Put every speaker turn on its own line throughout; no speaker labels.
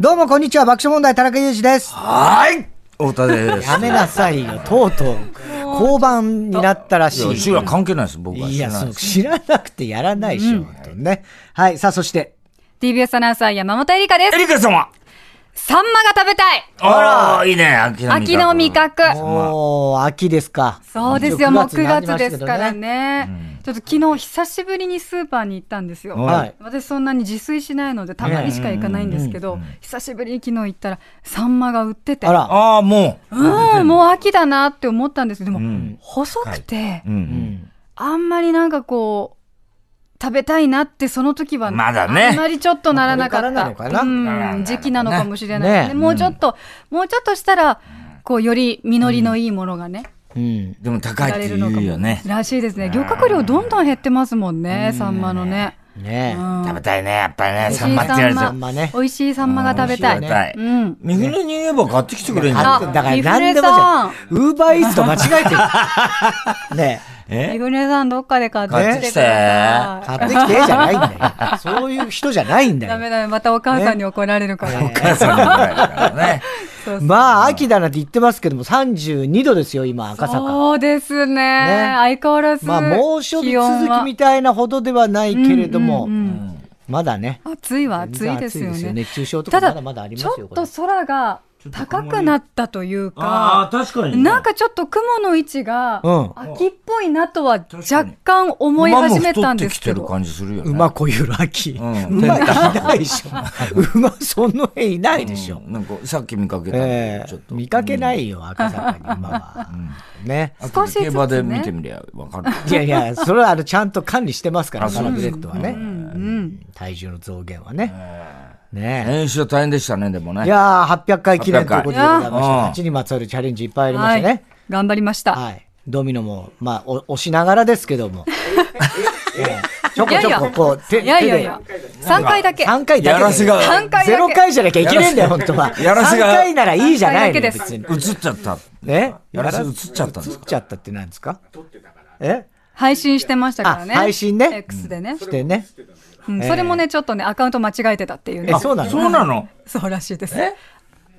どうもこんにちは、爆笑問題田中裕二です。
はーい太田 です。
やめなさいよ、とうとう、交番になったらし
いや、
い。
週は関係ないです、僕は。
いや、
知らな
そ、
いう
知らなくてやらないでしょ、本当にね。はい、さあ、そして、
TBS アナウンサー山本恵里香で
エリカ様
す。サンマが食べたい
あら、いいね、秋の味覚。
秋の味覚。
もう、秋ですか。
そうですよ、もう
9
9
月に入
月で
りましたけ
す
ど
から。ね。ちょっと昨日久しぶりにスーパーに行ったんですよ。
はい
私そんなに自炊しないのでたまにしか行かないんですけど、久しぶりに昨日行ったらサンマが売ってて
あら、
ああ、もう。
うんもう秋だなって思ったんですけどでも、
ん
細くて、
うん
あんまりなんかこう食べたいなってその時は
まだね
あんまりちょっとならなかった、
まあこれからなの
な
うん時期なのかもしれない、
ね
ね、もうちょっと、もうちょっとしたらこうより実りのいいものがね、
うん。
でも高い
ら
っ
れ
て
るのか
言うよ
も、
ね。
らしいですね漁獲量どんどん減ってますもんね、サンマのね、
ねえ。
食べたいね、やっぱりね、
美味しい
サンマって言われて
サ
た
ンマね
美味しいサンマが食べたい、
うん美味しいよね
ら。
うん
三船に言えば買ってきてくれんじ
あ
ゃ
だ
ん。
から、なんでもじゃん。ウーバーイーツと間違えて る。ねえ。
え
イグネさんどっかで買って
買って
きて
き
く
て
ださい
買ってきてじゃないんだよ。そういう人じゃないんだ
ダメ
よ。
ダメまたお母さんに怒られるから、
お母さんの前だから ね。
そうそう
まあ、秋だなんて言ってますけども、32度ですよ、今、赤坂。
そうですね相変わらず
まあ、猛暑日
気温
続
は
きみたいなほどではないけれども、まだね。
暑いは暑いです
全然暑い
よ
ですよ
ね
熱中症とか
ただ
まだまだあります
ち
よ
ょっと空が高くなったという
あ
か
あ、確かに。
なんかちょっと雲の位置が
うん
秋っぽいなとは
かに
若干 思い始めたんですけ
馬
ど
も太ってきてる感じするよね。
馬こゆる秋。
ん
馬いないでしょ。馬その辺いないでしょ。
うんなんかさっき見かけた
え
ち
え
ょっと。
見かけないよ、赤坂に馬は。ね。
あ
少しずつね
競馬で見てみりゃわ かる。
いやいや、それはあのちゃんと管理してますから、
あ
サ
そう
ラ
で
ブ
す
レッドはね。
うん
体重の増減はね。ね
練習は大変でしたね、でもね。
いやー、800回記念ということでございま
800回
した。8にまつわるチャレンジいっぱいありま
は
したね
い。頑張りました
はい。ドミノも、まあ、お押しながらですけど も。ええちょこちょこ、こう、手、
いやいやいや
手
3回だけ
で、3回だけ
やらせが
で
3回だけ
ゼロ回じゃなきゃいけねえんだよ、本当は。
やらせが
3回ならいいじゃないのよ、
三回だけです
別に。
映っちゃった。
ね
やらせ映っちゃったんです
映っちゃったって何ですかえ
配信してましたからね
あ配信ね
X でね
してね。
うんそれもねちょっとねアカウント間違えてたっていうね
え、そうなの
そうなの
そうらしいです。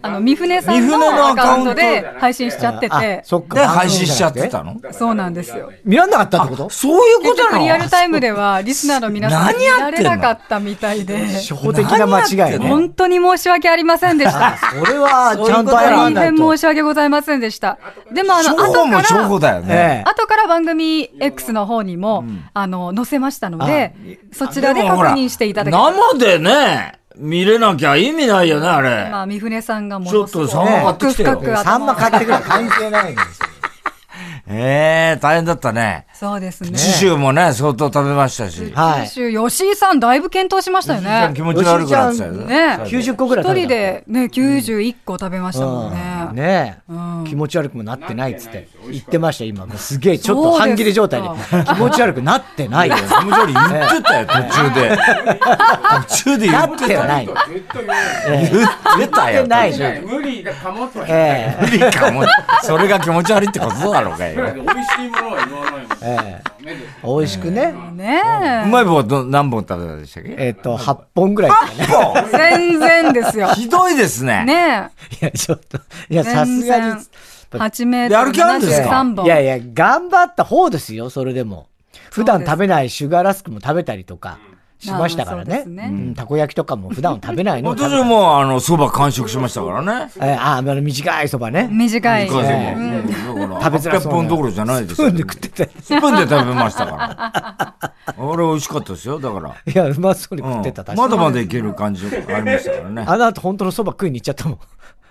あの、三船さん
三船の
の
ア
ア
カ
カ
ウン
ウン
ト
ト
で
で配信しちゃって
あ
て、、
そっか。
で、配信しちゃってたの
そうなんですよ。
見らんなかったってこと
そういうこ
結
とな
局リアル
の
タイムではリスナーの皆さん
何
見
やっ
ら
てんの
れなかったみたいで、
初歩的な間違い
何やってん
ね。
本当に申し訳ありませんでした。
それは、ちゃんと謝ら
大
ない
変
と
申。し訳ございませんでした。でも、あの、
情
後
報も
か
情報
ら、
だよね。
ええ。
後から番組 X の方にも、あの、載せましたので、そちらで
も
確
ほら
認していただきたい
生でね、見れなきゃ意味ないよね、あれ。
まあ、三船さんがも
ちょ
の
っ
すご
と
く
サンマ買ってきて
深
よ。
く
サン
頭
マ
を
買ってくる関係ないんですよ。
ええ、大変だったね。
そうですね。
次週もね、相当食べましたし。
はい
先。週、吉井さん、だいぶ検討しましたよね。
気持ち悪くなってたよね。
ね
90個ぐらい
一
食べ
人
た
でね、91個食べましたもん
うん
ね。
ねえ、
うん
気持ち悪くもなってないっつって言ってました今もうすげえちょっと半切れ状態で
そうです
気持ち悪くなってないよ
気持ち悪い言ってたよ、途中で。途中で言
な
っ
ってはない
ずっと言わ
言ってた
なっ
よ。
てない
ない無理が保つわけない
ええ
無理かも。それが気持ち悪いってことだろうかよ。
美味しいものは言わないもんね
え
で
え美味しくね
ね
うまい棒ど何本食べたでしたっけ
えっ、と8本ぐらいですかね
え。全然ですよ。
ひどいですね。
ね
いやちょっといやさ
全
すがに
然8メー
や
ト
る
ル
気あるんですか
73本。
いやいや頑張った方ですよそれでも普段食べないシュガーラスクも食べたりとかしましたから
まあ
ね
そうですね
うんたこ焼きとかも普段食べ ないのを食べ
私はもう、あの、蕎麦完食しましたからね。
ええああの短いそばね
短い。
一回で
ね
もうん
食
だから
べづら
800
そうな
本どころじゃないです
スプー
よ
ンで食ってたよ
スプーンで食べましたから。あれ美味しかったですよ、だから。
いやうまそうに
うん
食ってた確かに
まだまだいける感じがありましたからね。
あの後本当のそば食いに行っちゃったもん。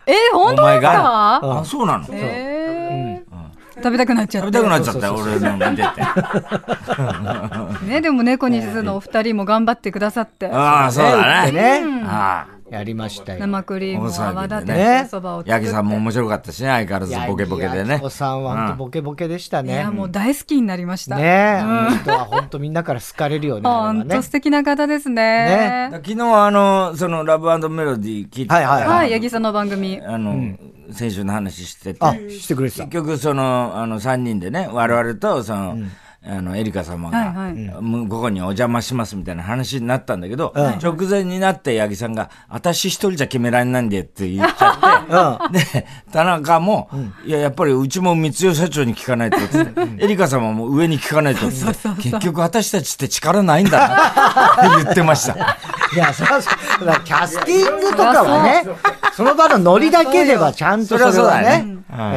え、本当です
お前
か
が
あ、そうなの食
えー食べたくなっちゃった。
べたくなっちゃったよ、俺の見 てて。
ね、でも猫にすのお二人も頑張ってくださって。
ああ、そうだ ね。
ね。ね
あ
やりましたよ。
生クリームを泡立て
ね
て、そば
あ。
を作っ
八
て。
木さんも面白かったしね、相変わらずボケボケで
八
ね
木子。さんは本当ボケボケでした
い
ね
や、。もう大好きになりました。
ねえ、あの人は本当みんなから好かれるよね。あれは
本
ね
当素敵な方ですね。
昨日あの、その、ラブメロディー聞いてた
はいはい
はい、八木さんの番組。
あの、先週の話してて、
あ、
結
してくれてた。
局その、あの、3人でね、我々と、その、あの、エリカ様
はい
が、
はい
むここにお邪魔しますみたいな話になったんだけど、直前になって八木さんが、私一人じゃ決められないんでって言っちゃって、で、 田中も、いや、やっぱりうちも三代社長に聞かないとっつって、エリカ様も上に聞か ないとっつって、結局私たちって力ないんだなって言ってました。
いや、そらそうだキャスティングとかはね、その場のノリだけではちゃんとそれ
そりゃ
は
そうだよ
ね、えー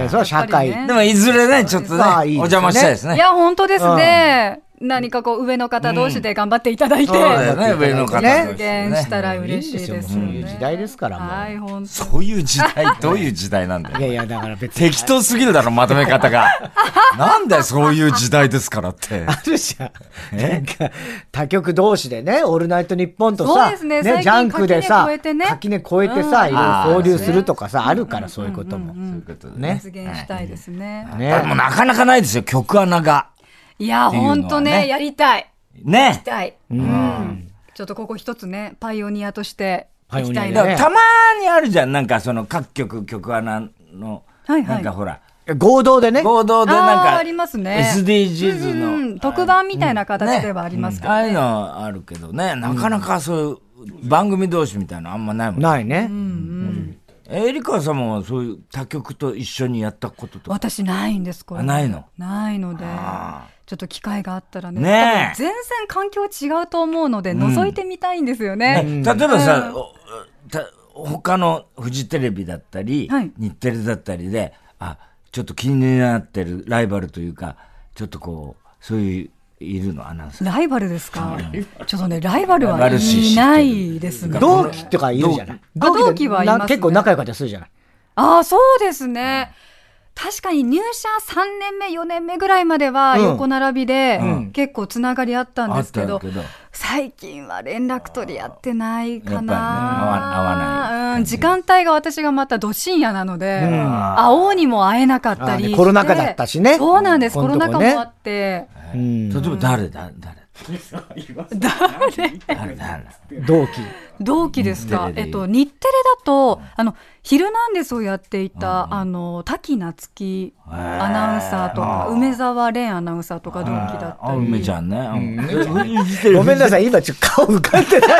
それは社会。
やっぱりね
でもいずれね、ちょっとね、
まあいいですね
お邪魔したいです
い
ね。
や、本当ですね。何かこう、上の方同士で頑張っていただいて、
そうだよ
発
ね、上の方として
言
ね。
したら
いいん
嬉しい
ですよ、
で
もう
す
そう
よ
いう
ね。
時代ですから、も。
はいう本当
そういう 時代、どういう時代なんだよ
い。やいや、だから別に。
適当すぎるだろ、まとめ方 が。なんだよ、そういう時代ですからって。
あるじゃん。なんか、他局同士でね、オールナイトニッポンと
そう
さ、
ですね
ジャンクでさ、
垣根越えてね
垣根超えてさ、いろいろ
あー
交流するとかさ、あるから、そういうことも。
そういうことで
ね
実。現したいですね。
でも
ね。
なかなかないですよ、曲穴が。
いや、本当
っていうのはね
ね、やりたい。
ね
行き。たい。うん。ちょっとここ一つね、パイオニアとして行きたい
パイオニアだ
だか
ね
な。
らたまにあるじゃん、なんかその各局、曲穴の、
はいはい
なんかほら、
合同でね。
合同で
あー
な
あ
ん
り
か、
ますね。
SDGs
う
の、
ん特番みたいな形ではありますけ
あ
ど
あいう
ね。
のあるけどね、なかなかそういう番組同士みたいなのあんまないもん。
ないね。
エリカ様はそういう他局と一緒にやったこととか。
私ないんです、これ。
あないの
ないので。ちょっと機会があったらね。
ねえ
多分全然環境違うと思うので、覗いてみたいんですよね。
ね例えばさ、おた他のフジテレビだったり、
はい
日テレだったりで、あ、ちょっと気になってるライバルというか、ちょっとこう、そういう、いるのアナウンサー。
ライバルですかちょっとね、ライバルは
ライバル視し
い
てる
ないですね。
同期とかいるじゃない。
同期あ同期
で
はいますね
な結構仲良かったりするじゃない。
ああ、そうですね。確かに入社3年目、4年目ぐらいまでは
うん
横並びで
ん
結構つながりあったんですけ
あ
ど
ったけど、
最近は連絡取り合ってないか
やっぱりね合わ合わ
な。うん時間帯が私がまたど深夜なので、会おうにも会えなかった
あー
り
ね
して。
コロナ禍だったしね
そうなんです。コ
この
ロ
とこ
ナ
ね
禍もあって。
うん。
例えば誰だ、誰誰誰
同期。
同期ですか
日、テレ
え
で
っと、日テレだと、あの、ヒルナンデスをやっていた、あの、滝夏樹アナウンサーとか、梅沢蓮アナウンサーとか同期だった
あ、梅
り。
ちゃんね。
ごめんなさい、今ちょっと顔浮かんで ないよ。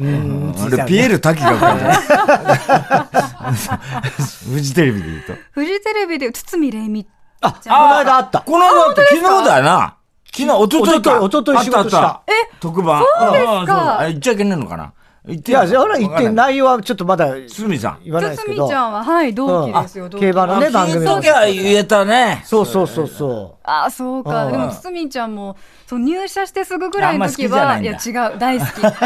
うん、
あれ、ピエール滝が浮かんだフジテレビで言うと。
フジテレビで、堤礼美。
あ、この間あった。
この間だって昨日だよな。昨日、一昨日
一
か。
昨日一昨日仕事した
あったあた特番。そうですか。あ言っちゃいけないのかな。言っ
い
て
や、それは言って、
い。
内容はちょっとまだ
堤さん。
言わないですけ
堤
ど。
ちゃんは、はい、同期ですよ、
うん
同
あ
期
競馬のね、番組
聞
の
いとき。ゃ言えたね。
そうそうそうそう。
ああ、そう
う
か。
ん
でも、堤ちゃんも、そう、入社してすぐぐらいの時は、
あん
い
ま
や、
好き
違う、大 好き。大好き。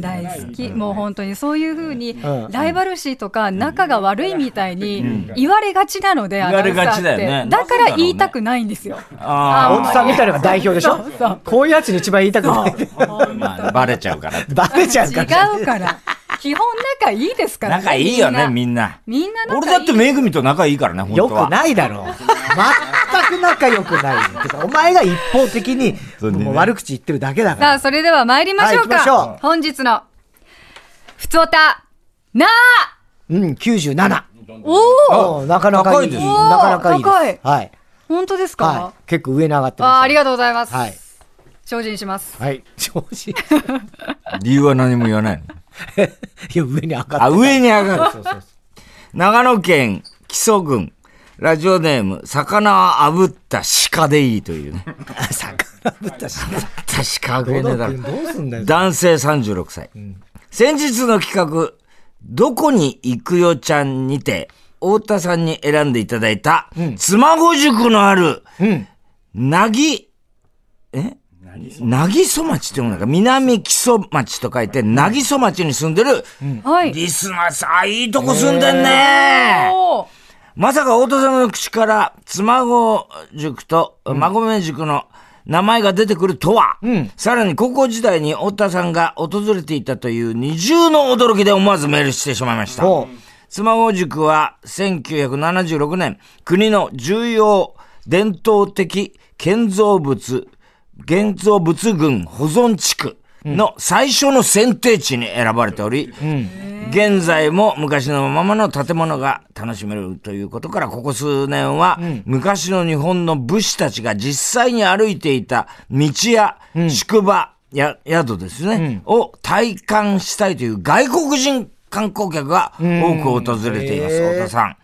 大好き。もう本当に、そういうふうに
う、ん
ライバル視とか、仲が悪いみたいに、言われがちなので、
言われがちだよね
アナウンサーってだから言いたくないんですよ。
あ
大津さんみたいなのが代表でしょこういうやつに一番言いたくない。
あ、まあ、バレちゃ うから。
バレちゃうから。
違うから。基本仲いいですから。
仲いいよね、み
な。
んな。
みんな
俺
仲い
だ
い。
ってめぐみと仲いいからね、本
よ
当は。
くないだろう。全く仲良くないよ。てかお前が一方的に
そうね
もう悪口言ってるだけだか
さ
ら。
あ、それでは参りましょうか。
はい行きましょう
本日の、ふつおた、なあ
うん、97。
おお
おーなかなかいい。
高いで
な
す
かなかいいです。
おー高い
はい。
本当ですか、
はい。結構上に上がって
あー
ま
あ
す
り。がとうございます。
はい
精進します。
はい。調子。い
理由は何も言わないの。
や、上に上がって
あ、上に上がる。
そうそうそ
長野県木曽郡。ラジオネーム、魚は炙った鹿でいいという ね。
う。魚ぶったし。
確か食えねえだろ。
どうすんだよ。
男性36歳。先日の企画、どこに行くよちゃんにて、太田さんに選んでいただいた、妻子塾のある、
うん。
なぎ、えなぎそ町って読むのか南木曽町と書いて、なぎそ町に住んでる、
はい。
リスナーさん、あいいとこ住んでんね
おー
まさか太田さんの口から、妻子塾と孫め塾の名前が出てくるとは、さらに高校時代に太田さんが訪れていたという二重の驚きで思わずメールしてしまいました。
ほう
妻子塾は1976年、国の重要伝統的建造物、建造物群保存地区の最初の選定地に選ばれており、現在も昔のままの建物が楽しめるということから、ここ数年は、昔の日本の武士たちが実際に歩いていた道や宿場、や、宿ですね、を体感したいという外国人観光客が多く訪れています、太田さん。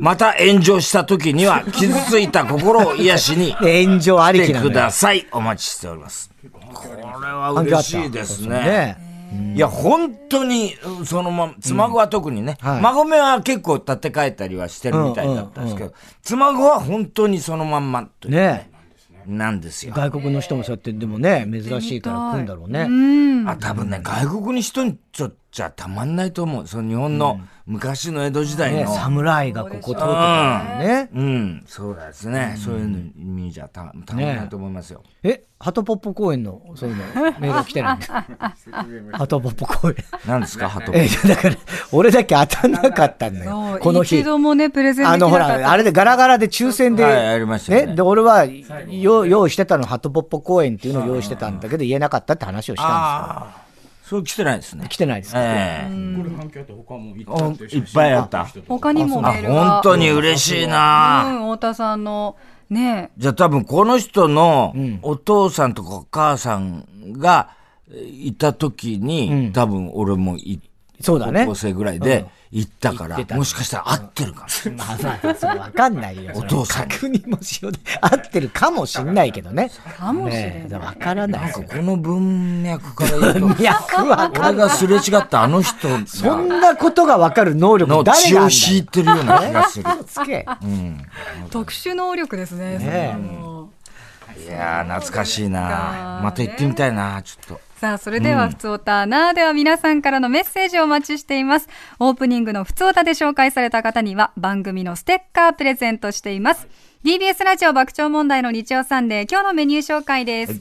また炎上した時には傷ついた心を癒 しに
炎上ありき
ください。お待ちしております。これは嬉しいですね。ねいや、本当に、そのま、妻子は特にね、うんはい、孫目は結構立て替えたりはしてるみたいだったんですけど、うんうんうん、妻子は本当にそのまんまというね。ねなんですよ。
外国の人もそうやって、でもね、珍しいから来るんだろうね。
うあ、多分ね、外国に人にちょっちゃたまんないと思う。その日本の昔の江戸時代の。うん、ね、
侍がここ通ってたね、
うん。うん、そうですね。うん、そういうの見じゃたたまんないと思いますよ。
ね、え、ハトポップ公園の、そういうの、メール来てないんです かハトポップ公園。
何ですか、ハトポ、
ップ。え、だから、俺だけ当たんなかったんだよ。この日。
一度もね、プレゼント
あの、ほら、あれでガラガラで抽選で。はい
ありましたね。
ね、で、俺は、よ用意してたの、ハトポップ公園っていうのを用意してたんだけど、言えなかったって話をしたんですよ。
それ来てないですね。
来てないです
ね。
えー、これ反響あった他も
いっぱいあった。
他にもメール
が。本当に嬉しいな、
うん、太田さんの、ね
じゃあ多分この人のお父さんとかお母さんがいた時に、うん、多分俺も行って、
そうだね。
高校生ぐらいで行ったから、うん、もしかしたら合ってるかもしれない。
まあ、わかんないよ。
お父さん。。
確認もしようで、合ってるかもしんないけどね。
かもしれない。
わ、ね、からない
なんかこの文脈から言うと、文
脈
は俺がすれ違ったあの人
そんなことがわかる能力誰が
血を敷いてるような気がす る。
うん、
特殊能力ですね。ね
いや懐かしいな、また行ってみたいなちょっと。
さあ、それでは、ふつおたなーでは皆さんからのメッセージをお待ちしています。オープニングのふつおたで紹介された方には、番組のステッカープレゼントしています。DBS ラジオ爆笑問題の日曜サンデー、今日のメニュー紹介です。は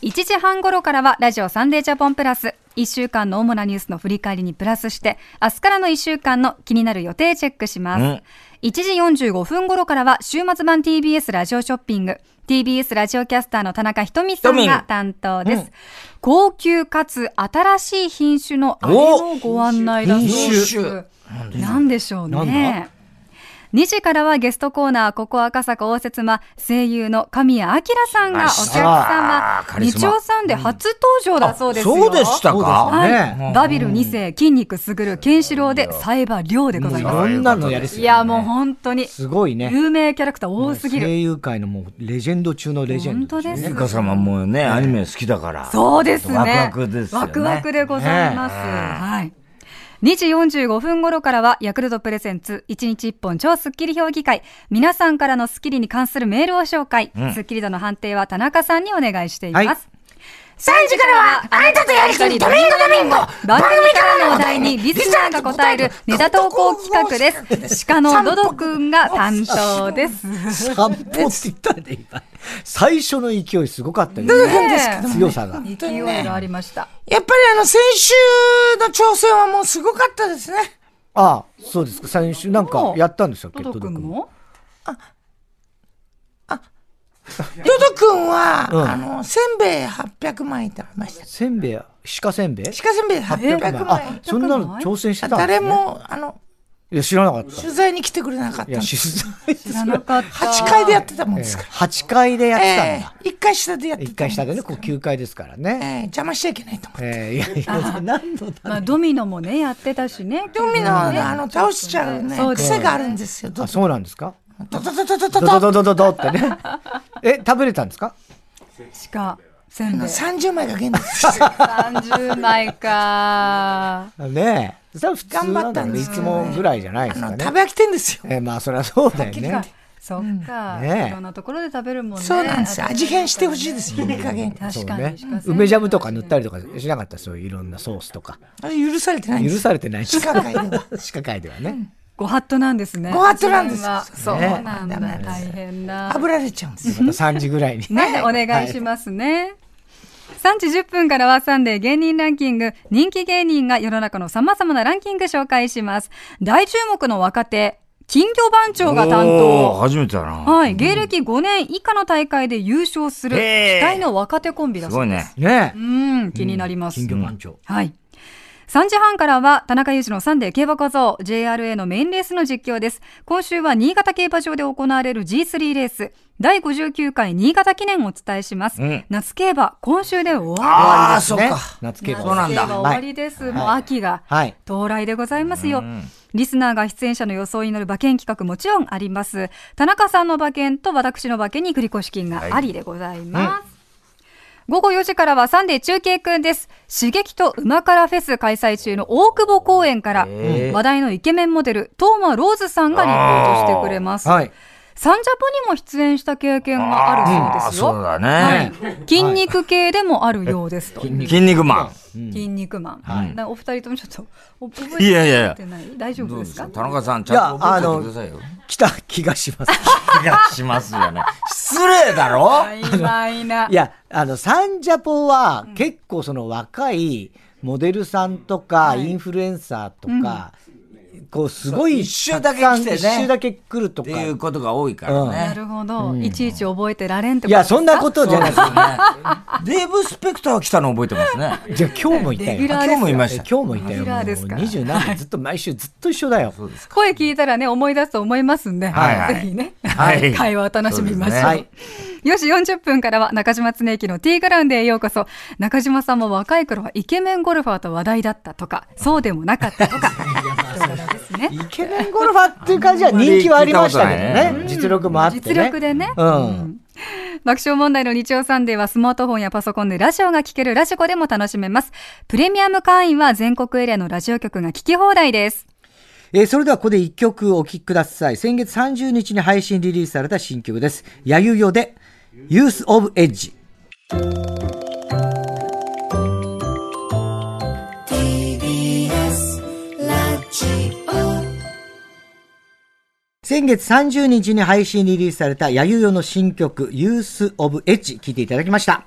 い、1時半頃からは、ラジオサンデージャポンプラス。1週間の主なニュースの振り返りにプラスして、明日からの1週間の気になる予定チェックします。うん1時45分頃からは週末版 TBS ラジオショッピング。TBS ラジオキャスターの田中ひとみさんが担当です。うん、高級かつ新しい品種のあれをご案内だそうです。なんでしょうね。2時からはゲストコーナー、ここ赤坂応接間、声優の神谷明さんがお客様、日曜さんで初登場だそうですよ、
うん、そうでしたか、
はい、バビル2世、筋肉すぐる、ケンシロウで、サイバー亮でございます。
いろんなのやりす
ぎ、ね、いや、もう本当に。
すごいね。
有名キャラクター多すぎる。
声優界のもう、レジェンド中のレジェン
ド、ね。本当です。
ゆか様もね、アニメ好きだから。
そうですね。ワ
クワクですね。
ワクワクでございます。ね、はい。2時45分頃からは、ヤクルトプレゼンツ、1日1本超スッキリ評議会。皆さんからのスッキリに関するメールを紹介。うん、スッキリ度の判定は田中さんにお願いしています。はい
3時からは、あなたとやりとり、ドミンゴドミンゴ
番組からのお題にリスナーが答えるネタ投稿企画です。鹿のドド君が担当です。
散歩って言ったね、今。最初の勢いすごかったよね。
ドド君ですけど、ね、
強さが。
勢いがありました。
やっぱりあの、先週の挑戦はもうすごかったですね。
ああ、そうですか。先週なんかやったんですよ、
ドド君も
あ、あ、ドド君は、うん、あの、せんべい800枚食べました。
せんべい、鹿せんべい鹿
せんべい800枚。
あ、そんなの挑戦してたん
です、ね、誰も、あの、
いや、知らなかった。
取材に来てくれなかった。いや、
取材知
らなかった。8
階でやってた もんですから。え
ー、8階でやってたんだ。
えー、1階下でやってた。
1階下でね、こう9階ですからね。
えー、邪魔しちゃいけないと思って。
えー、いやいや、何度だ、ね、
まあ、ドミノもね、やってたしね。
ドミノはね、あの、倒しちゃうね、癖があるんですよ。
あ、そうなんですか
ドドドドド
ドドドドドってね。え、食べれたんですか
鹿、せんべい。
30枚が限度です。
30枚か。
ねえ。それ普通なんだね。いつもぐらいじゃないですかね。
食べ飽きてんですよ。
え、まあそりゃそうだよね。
そっか。いろんなところで食べるもんね。
そうなんですよ。味変してほしいですよ。いい加減。
確かに。
梅ジャムとか塗ったりとかしなかったそういういろんなソースとか。
あれ許されてない
許されてない。
鹿界では。
鹿界ではね。
ご法度なんですね。
ご法度なんです。
そうなんだ。大変だ。
炙られちゃうんです。
また3時ぐらいに。
ね、お願いしますね。3時10分からはサンデー芸人ランキング、人気芸人が世の中の様々なランキング紹介します。大注目の若手、金魚番長が担
おー
当。
初めてだな。
はい、芸歴5年以下の大会で優勝する、期
へー
待の若手コンビだ
す
そう
ご
で
い
す。
ね。
ね
うん、気になりま
え。
す。
金魚番長。
はい。3時半からは田中裕二のサンデー競馬小僧 JRA のメインレースの実況です。今週は新潟競馬場で行われる G3 レース第59回新潟記念をお伝えします。
うん
夏競馬、今週で終わ
ああ、そ
そうう
か。
夏稽
り。
古。
そうなんだ
夏競馬終わりです。もう秋が
はい。
到来でございますよ。リスナーが出演者の予想に乗る馬券企画もちろんあります。田中さんの馬券と私の馬券に繰越金がありでございます。午後4時からはサンデー中継くんです。刺激と馬からフェス開催中の大久保公園から、話題のイケメンモデル、トーマ・ローズさんがリポートしてくれます。
はい。
サンジャポにも出演した経験があるそうですよ。
あーそうだね
はい筋肉系でもあるようですと。
筋肉マ
筋肉マン。なお二人ともちょっとお覚え
ン。いやいやいや
て。ない大丈
ど
夫
う
で
ですす
か
か田中さん、ちゃんと覚えておいてくださいよ。
来た気がし ます。。
気がしますよね。失礼だろ
曖昧ない
や、あの、サンジャポは結構その若いモデルさんとか、インフルエンサーとか、こうすごい
一周だけ来てね
たくさん一周だけ来ると
って
か。
いう
い
ことが多いから
な
ね。
るほど、いちいち覚えてられんってこと
や、そんなことじゃない
そうですね。デーブ・スペクターが来たの覚えてますね。
じゃあ今日もいた
レギュ
よ。
ラ
あ
ーですよ
今日もいま
え
した。
今日もいた
レギ
よ。
ュ
もう
ラーですから
二十何年ずっと毎週ずっと一緒だよ。
声聞いたらね思い出すと思いますんで、
はいはい
ぜひね、
はい
会話を楽しみましょう
そう
で
よし40分からは中島恒之のティーグラウンドへようこそ中島さんも若い頃はイケメンゴルファーと話題だったとかそうでもなかったとか そうですね
イケメンゴルファーっていう感じは人気はありましたけど
あんまり聞いたことない
ね。実力もあってね。
実力でね、
うん。
爆笑問題の日曜サンデーはスマートフォンやパソコンでラジオが聴けるラジコでも楽しめますプレミアム会員は全国エリアのラジオ局が聴き放題です
えーそれではここで一曲お聴きください。先月30日に配信リリースされた新曲です。やゆよで、Youth of Edge。先月30日に配信リリースされたやゆよの新曲 Youth of Edge 聴いていただきました。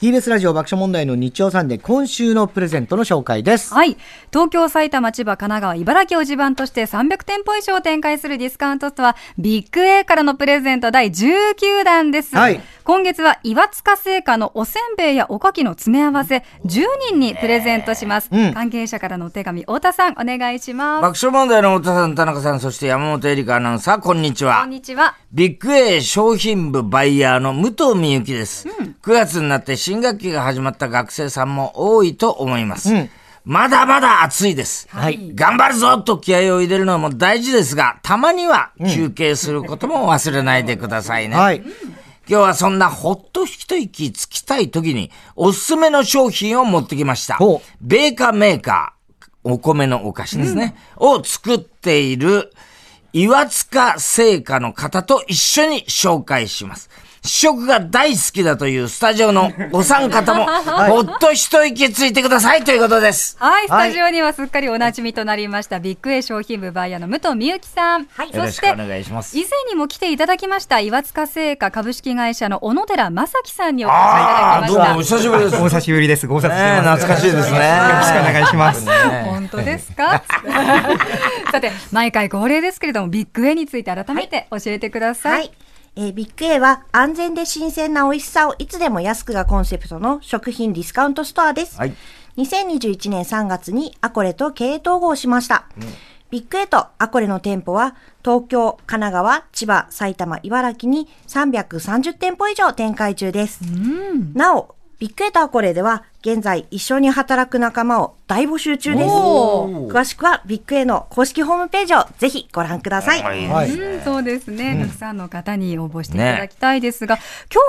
TBS ラジオ爆笑問題の日曜サンデー今週のプレゼントの紹介です。
はい。東京、埼玉、千葉、神奈川、茨城を地盤として300店舗以上を展開するディスカウントストア、ビッグ A からのプレゼント第19弾です。
はい
今月は岩塚製菓のおせんべいやおかきの詰め合わせ10人にプレゼントします。関係者からのお手紙、太田さん、お願いします。
爆笑問題の太田さん、田中さん、そして山本エリカアナウンサー、こんにち
こ
は
ん。にちは。
ビッグ A 商品部バイヤーの武藤美幸です。9月になって新学期が始まった学生さんも多いと思います。まだまだ暑いです。
はい
頑張るぞと気合を入れるのも大事ですが、たまには休憩することも忘れないでくださいね。
はい。
今日はそんなほっと一息つきたい時におすすめの商品を持ってきました
ほう。
ベーカーメーカー、お米のお菓子ですね。を作っている岩塚製菓の方と一緒に紹介します。試食が大好きだというスタジオのお三方 も、ほっと一息ついてくださいということです。
はい、ス
はい
タジオにはすっかりおなじみとなりました、ビッグ A 商品部バイヤーの武藤美幸さん。はい、
よ
そ
ろ
し
しくお
て、
願いします。
以前にも来ていただきました、岩塚製菓株式会社の小野寺正樹さんにお越しいただきま
ど
し
う
た
もお。久しぶりです。
お久しぶりです。ご無沙汰してます。
懐かしいですね。
よろしくお願いします。
本当ですか さて毎回恒例ですけれどもビッグ A について改めて教えてくださ、
はいい。えービッグ A は安全で新鮮な美味しさをいつでも安くがコンセプトの食品ディスカウントストアです。
はい
2021年3月にアコレと経営統合しました。ビッグ A とアコレの店舗は東京、神奈川、千葉、埼玉、茨城に330店舗以上展開中です。なお、ビッグエターコレでは、現在一緒に働く仲間を大募集中です。
お
詳しくはビッグエの公式ホームページをぜひご覧ください。
はい。
うん、そうですね、たくさんの方に応募していただきたいですが、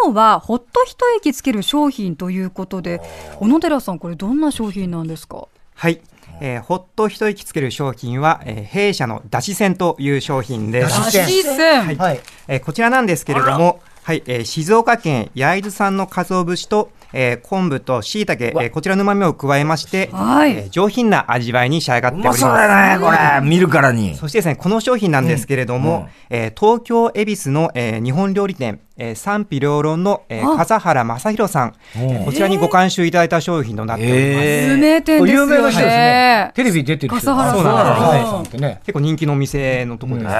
今日はほっと一息つける商品ということで小野寺さんこれどんな商品なんですか
はい。えーほっと一息つける商品は、えー弊社のだし線という商品です。
線
足線、
はい。
えーこちらなんですけれども、はい、えー静岡県焼津産の鰹節と、えー昆布と椎茸、え
わ
ーこちらの旨味を加えまして、
はい
えー上品な味わいに仕上が
う
っており
ま
ます。
そうだね、これ。見るからに。
そしてですね、この商品なんですけれども、
うんうん
えー東京恵比寿の、えー日本料理店、えー賛否両論の、えー笠原正宏さん、えーこちらにご監修いただいた商品となっております。
え
有名店ですよ
有
ね。
名な人ですね。テレビ出てる人。
笠原さん
そうなんですよ
はい
笠原さんってね。
結構人気のお店のところです。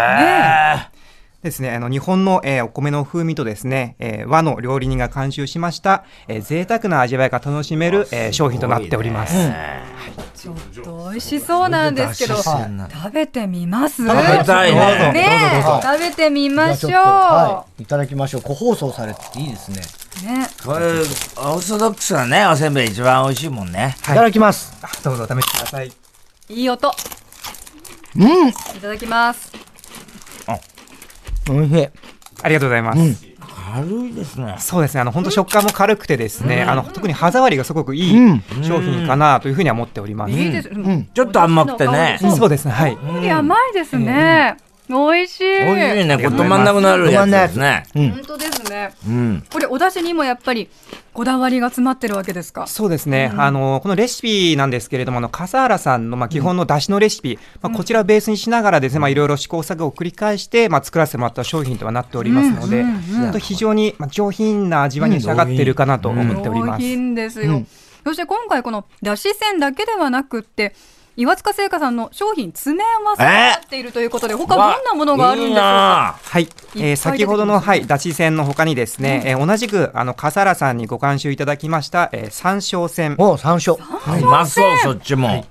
ですね、あの日本の、えーお米の風味とですね、えー和の料理人が監修しました、えー贅沢な味わいが楽しめる、えー商品となっております。
ちょっと美味しそうなんですけど、
出汁
食
鮮な
べてみますね
べたいね
ど
え
うぞどうぞ
食べてみましょう。
じゃあちょっとはい。いただきましょう。個包装されてていいですね。
ね、
これ、オーソドックスなね、おせんべい一番美味しいもんね。
いただきます。
あどうぞお試しください。
いい音。いただきます。
おいしい。
ありがとうございます。
軽いですね。
そうですね、あの本当食感も軽くてですね、あの特に歯触りがすごくいい商品かなというふうには思っております。
いいです。うん
ちょっと甘くてね。
うんそうですね、はい。
やっぱり甘いですね。美味しい。
美味しいね。これ
りがとうございます
止まんなくなるやつですね。
本当ですね。
うん。
これお出汁にもやっぱりこだわりが詰まってるわけですか。
そうですね、あのこのレシピなんですけれども、あの笠原さんのまあ基本の出汁のレシピ、まあ、こちらをベースにしながらですね、まあ、いろいろ試行錯誤を繰り返して、まあ、作らせてもらった商品とはなっておりますので、本当非常にまあ上品な味わいに仕上がっているかなと思っており
上
ます。
品ですよ。そして今回このだし線だけではなくって。岩塚製菓さんの商品詰め合わせになっているということで、他どんなものがあるんでしょうか。
わ
はい、え
いっぱい出てきま
ー
す
先ほどの、はい、だし線の他にですね、えー同じくあの笠原さんにご監修いただきました、えー、山椒線、
おう、山椒。
いいなうまそう、そっちも。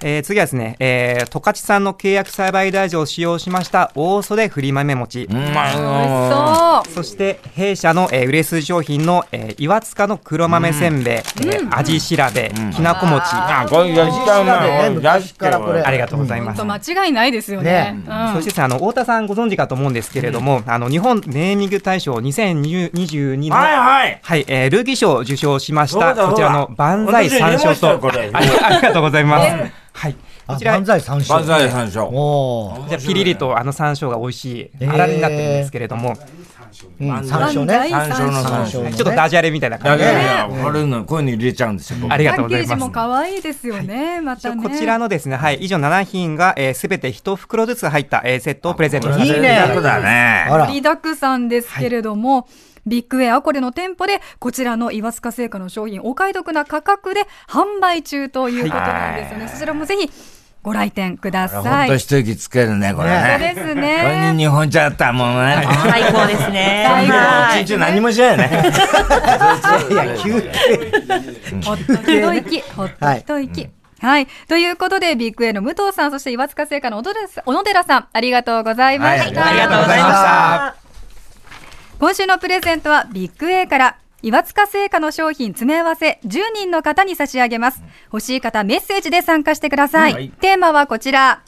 えー次はですね、えー、十勝産の契約栽培大豆を使用しました大袖振り豆餅、
うまいよ。
美味しそう。
そして弊社の、えー、売れ筋商品の、えー、岩塚の黒豆せんべい、えー味調べ、きなこ餅、
あ、これ、出したうまい。
ね
出しから
こ
こ
れ
れ。
ありがとうございま
本
す。
当間違いないですよね。
ね
うん
そしてですねあの太田さんご存知かと思うんですけれども、あの日本ネーミング大賞2022の、
はいはい。
はい、えー、ルーキー賞を受賞しまし
そう
た、
だ
こちらの万歳
私入
三
れましたよ
賞と、
これ
ありありがとうございます。はい、こ
あ、
ちら、
万
じゃ
歳山椒。
バザイ山椒。
おう。
あピリリとあの山椒が美味しい、あられになってるんですけれども、
うん
万
山
歳
椒
万歳
ね。
山椒
山
の山
椒
椒。
ね。
ちょっとダジャレみたいな
だ
感
け
じ
ど
で。
ね、これの、こういうの入れちゃうんですよ。僕
ありが
パ
とう
ッケ
ござ
ー
い
ジ
ます
も。可愛いですよね。ま
一
た
応
ね。
こちらのですね、はい、以上7品が、えー、すべて1袋ずつ入った、えー、セットをプレゼントさせていただきます
いいね
楽だね。
あら
盛。りだくさんですけれども、ビッグウェアアコレの店舗でこちらの岩塚製菓の商品お買い得な価格で販売中ということなんですよね、そちらもぜひご来店くださ
本
い
当一息つけるね、これ
そう
ね。
です
これに
ね
日本茶あったもんね。
最高ですね。
最高
はい
一日何もしないよ ね。
いや、急
ほっと一息ほっと一息、はい。ということで、ビッグエの武藤さん、そして岩塚製菓の小野寺さん小野寺さん、ありがとうございました。
ありがとうございました。
今週のプレゼントはビッグ A から岩塚製菓の商品詰め合わせ10人の方に差し上げます欲しい方メッセージで参加してください、
はい
テーマはこちら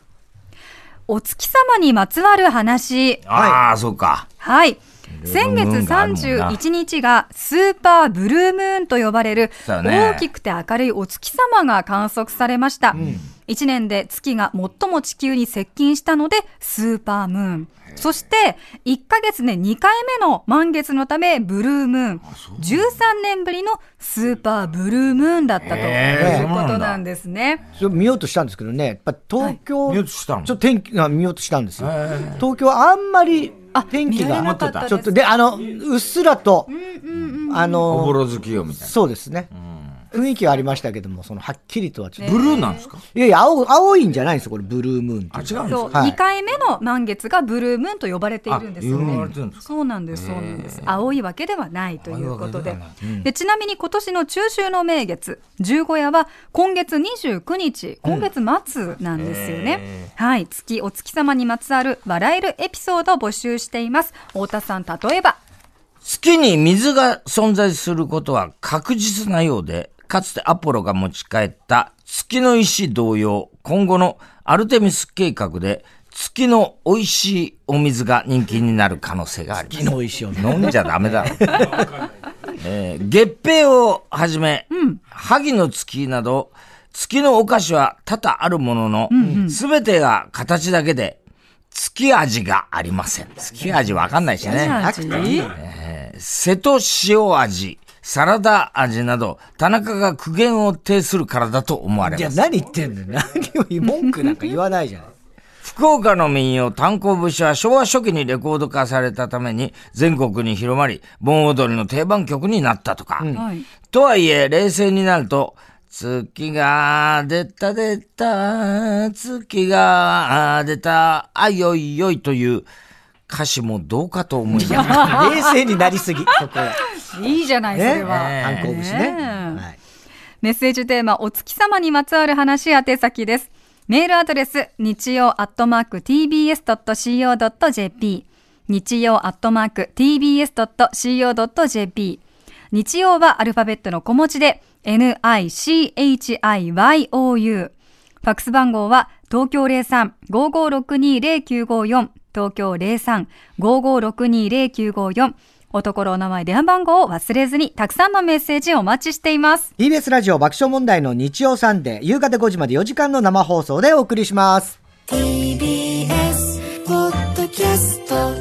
お月様にまつわる話
ああ、そうか。
はい
いろ
先
いろ
月
ムーンがあるもんな
31日がスーパーブルームーンと呼ばれる
そうだね
大きくて明るいお月様が観測されました、1年で月が最も地球に接近したのでスーパームーンそして1ヶ月で2回目の満月のためブルームーン13年ぶりのスーパーブルームーンだったと
へー
いうこ
そ
と
うな
なんんですね。
それ見ようとしたんですけどね、やっぱ東京、
はい見ようとしたの
ちょっと天気が見ようとしたんですよ。東京はあんまり天気
見られ
が
なかったです
ちょっとで、あの、うっすらと、あ
おぼ
の、
ろ月よ、みたい
そうですね。雰囲気はありましたけども、そのはっきりとはちょっ
な。ブルーなんですか
と。いやいや、青、青いんじゃないんですよ、これ、ブルームーンっていうの
あ、
は
違うんです
そ
か
う、
はい
2回目の満月がブルームーンと呼ばれているんですよ
あ呼ばれてるん
ね
で。す
そうなんです、そうなんです。青いわけではないということで。でちなみに今年の中秋の名月、十五夜は今月29日、今月末なんですよね。はい、月、お月様にまつわる笑えるエピソードを募集しています。太田さん、例えば。
月に水が存在することは確実なようで、かつてアポロが持ち帰った月の石同様、今後のアルテミス計画で、月の美味しいお水が人気になる可能性があります。
昨日一緒に。
飲んじゃ ダメだろ。えー月餅をはじめ、萩の月など、月のお菓子は多々あるものの、すべ、てが形だけで、月味がありません。月味わかんないしね。
味
瀬戸塩味、サラダ味など、田中が苦言を呈するからだと思われ
じゃ
ま
あ
す。
何言ってんの何を文句なんか言わないじゃない。
福岡の民謡炭鉱節は昭和初期にレコード化されたために全国に広まり、盆踊りの定番曲になったとか。
はい。
とはいえ、冷静になると、月が出た出た、月が出た、あよいよいという歌詞もどうかと思います。
冷 静になりすぎ、そこは。
いいじゃない、そ
ね
れは。
観光節ね。
ね
はい
メッセージテーマ、お月様にまつわる話宛先です。メールアドレス、日曜アットマーク tbs.co.jp。日曜アットマーク tbs.co.jp。日曜はアルファベットの小文字で、nichiou。ファックス番号は、東京03-5562-0954。東京03-5562-0954。おところお名前、電話番号を忘れずに、たくさんのメッセージをお待ちしています。
TBS ラジオ爆笑問題の日曜サンデー、夕方5時まで4時間の生放送でお送りします。
TBS ポッドキャスト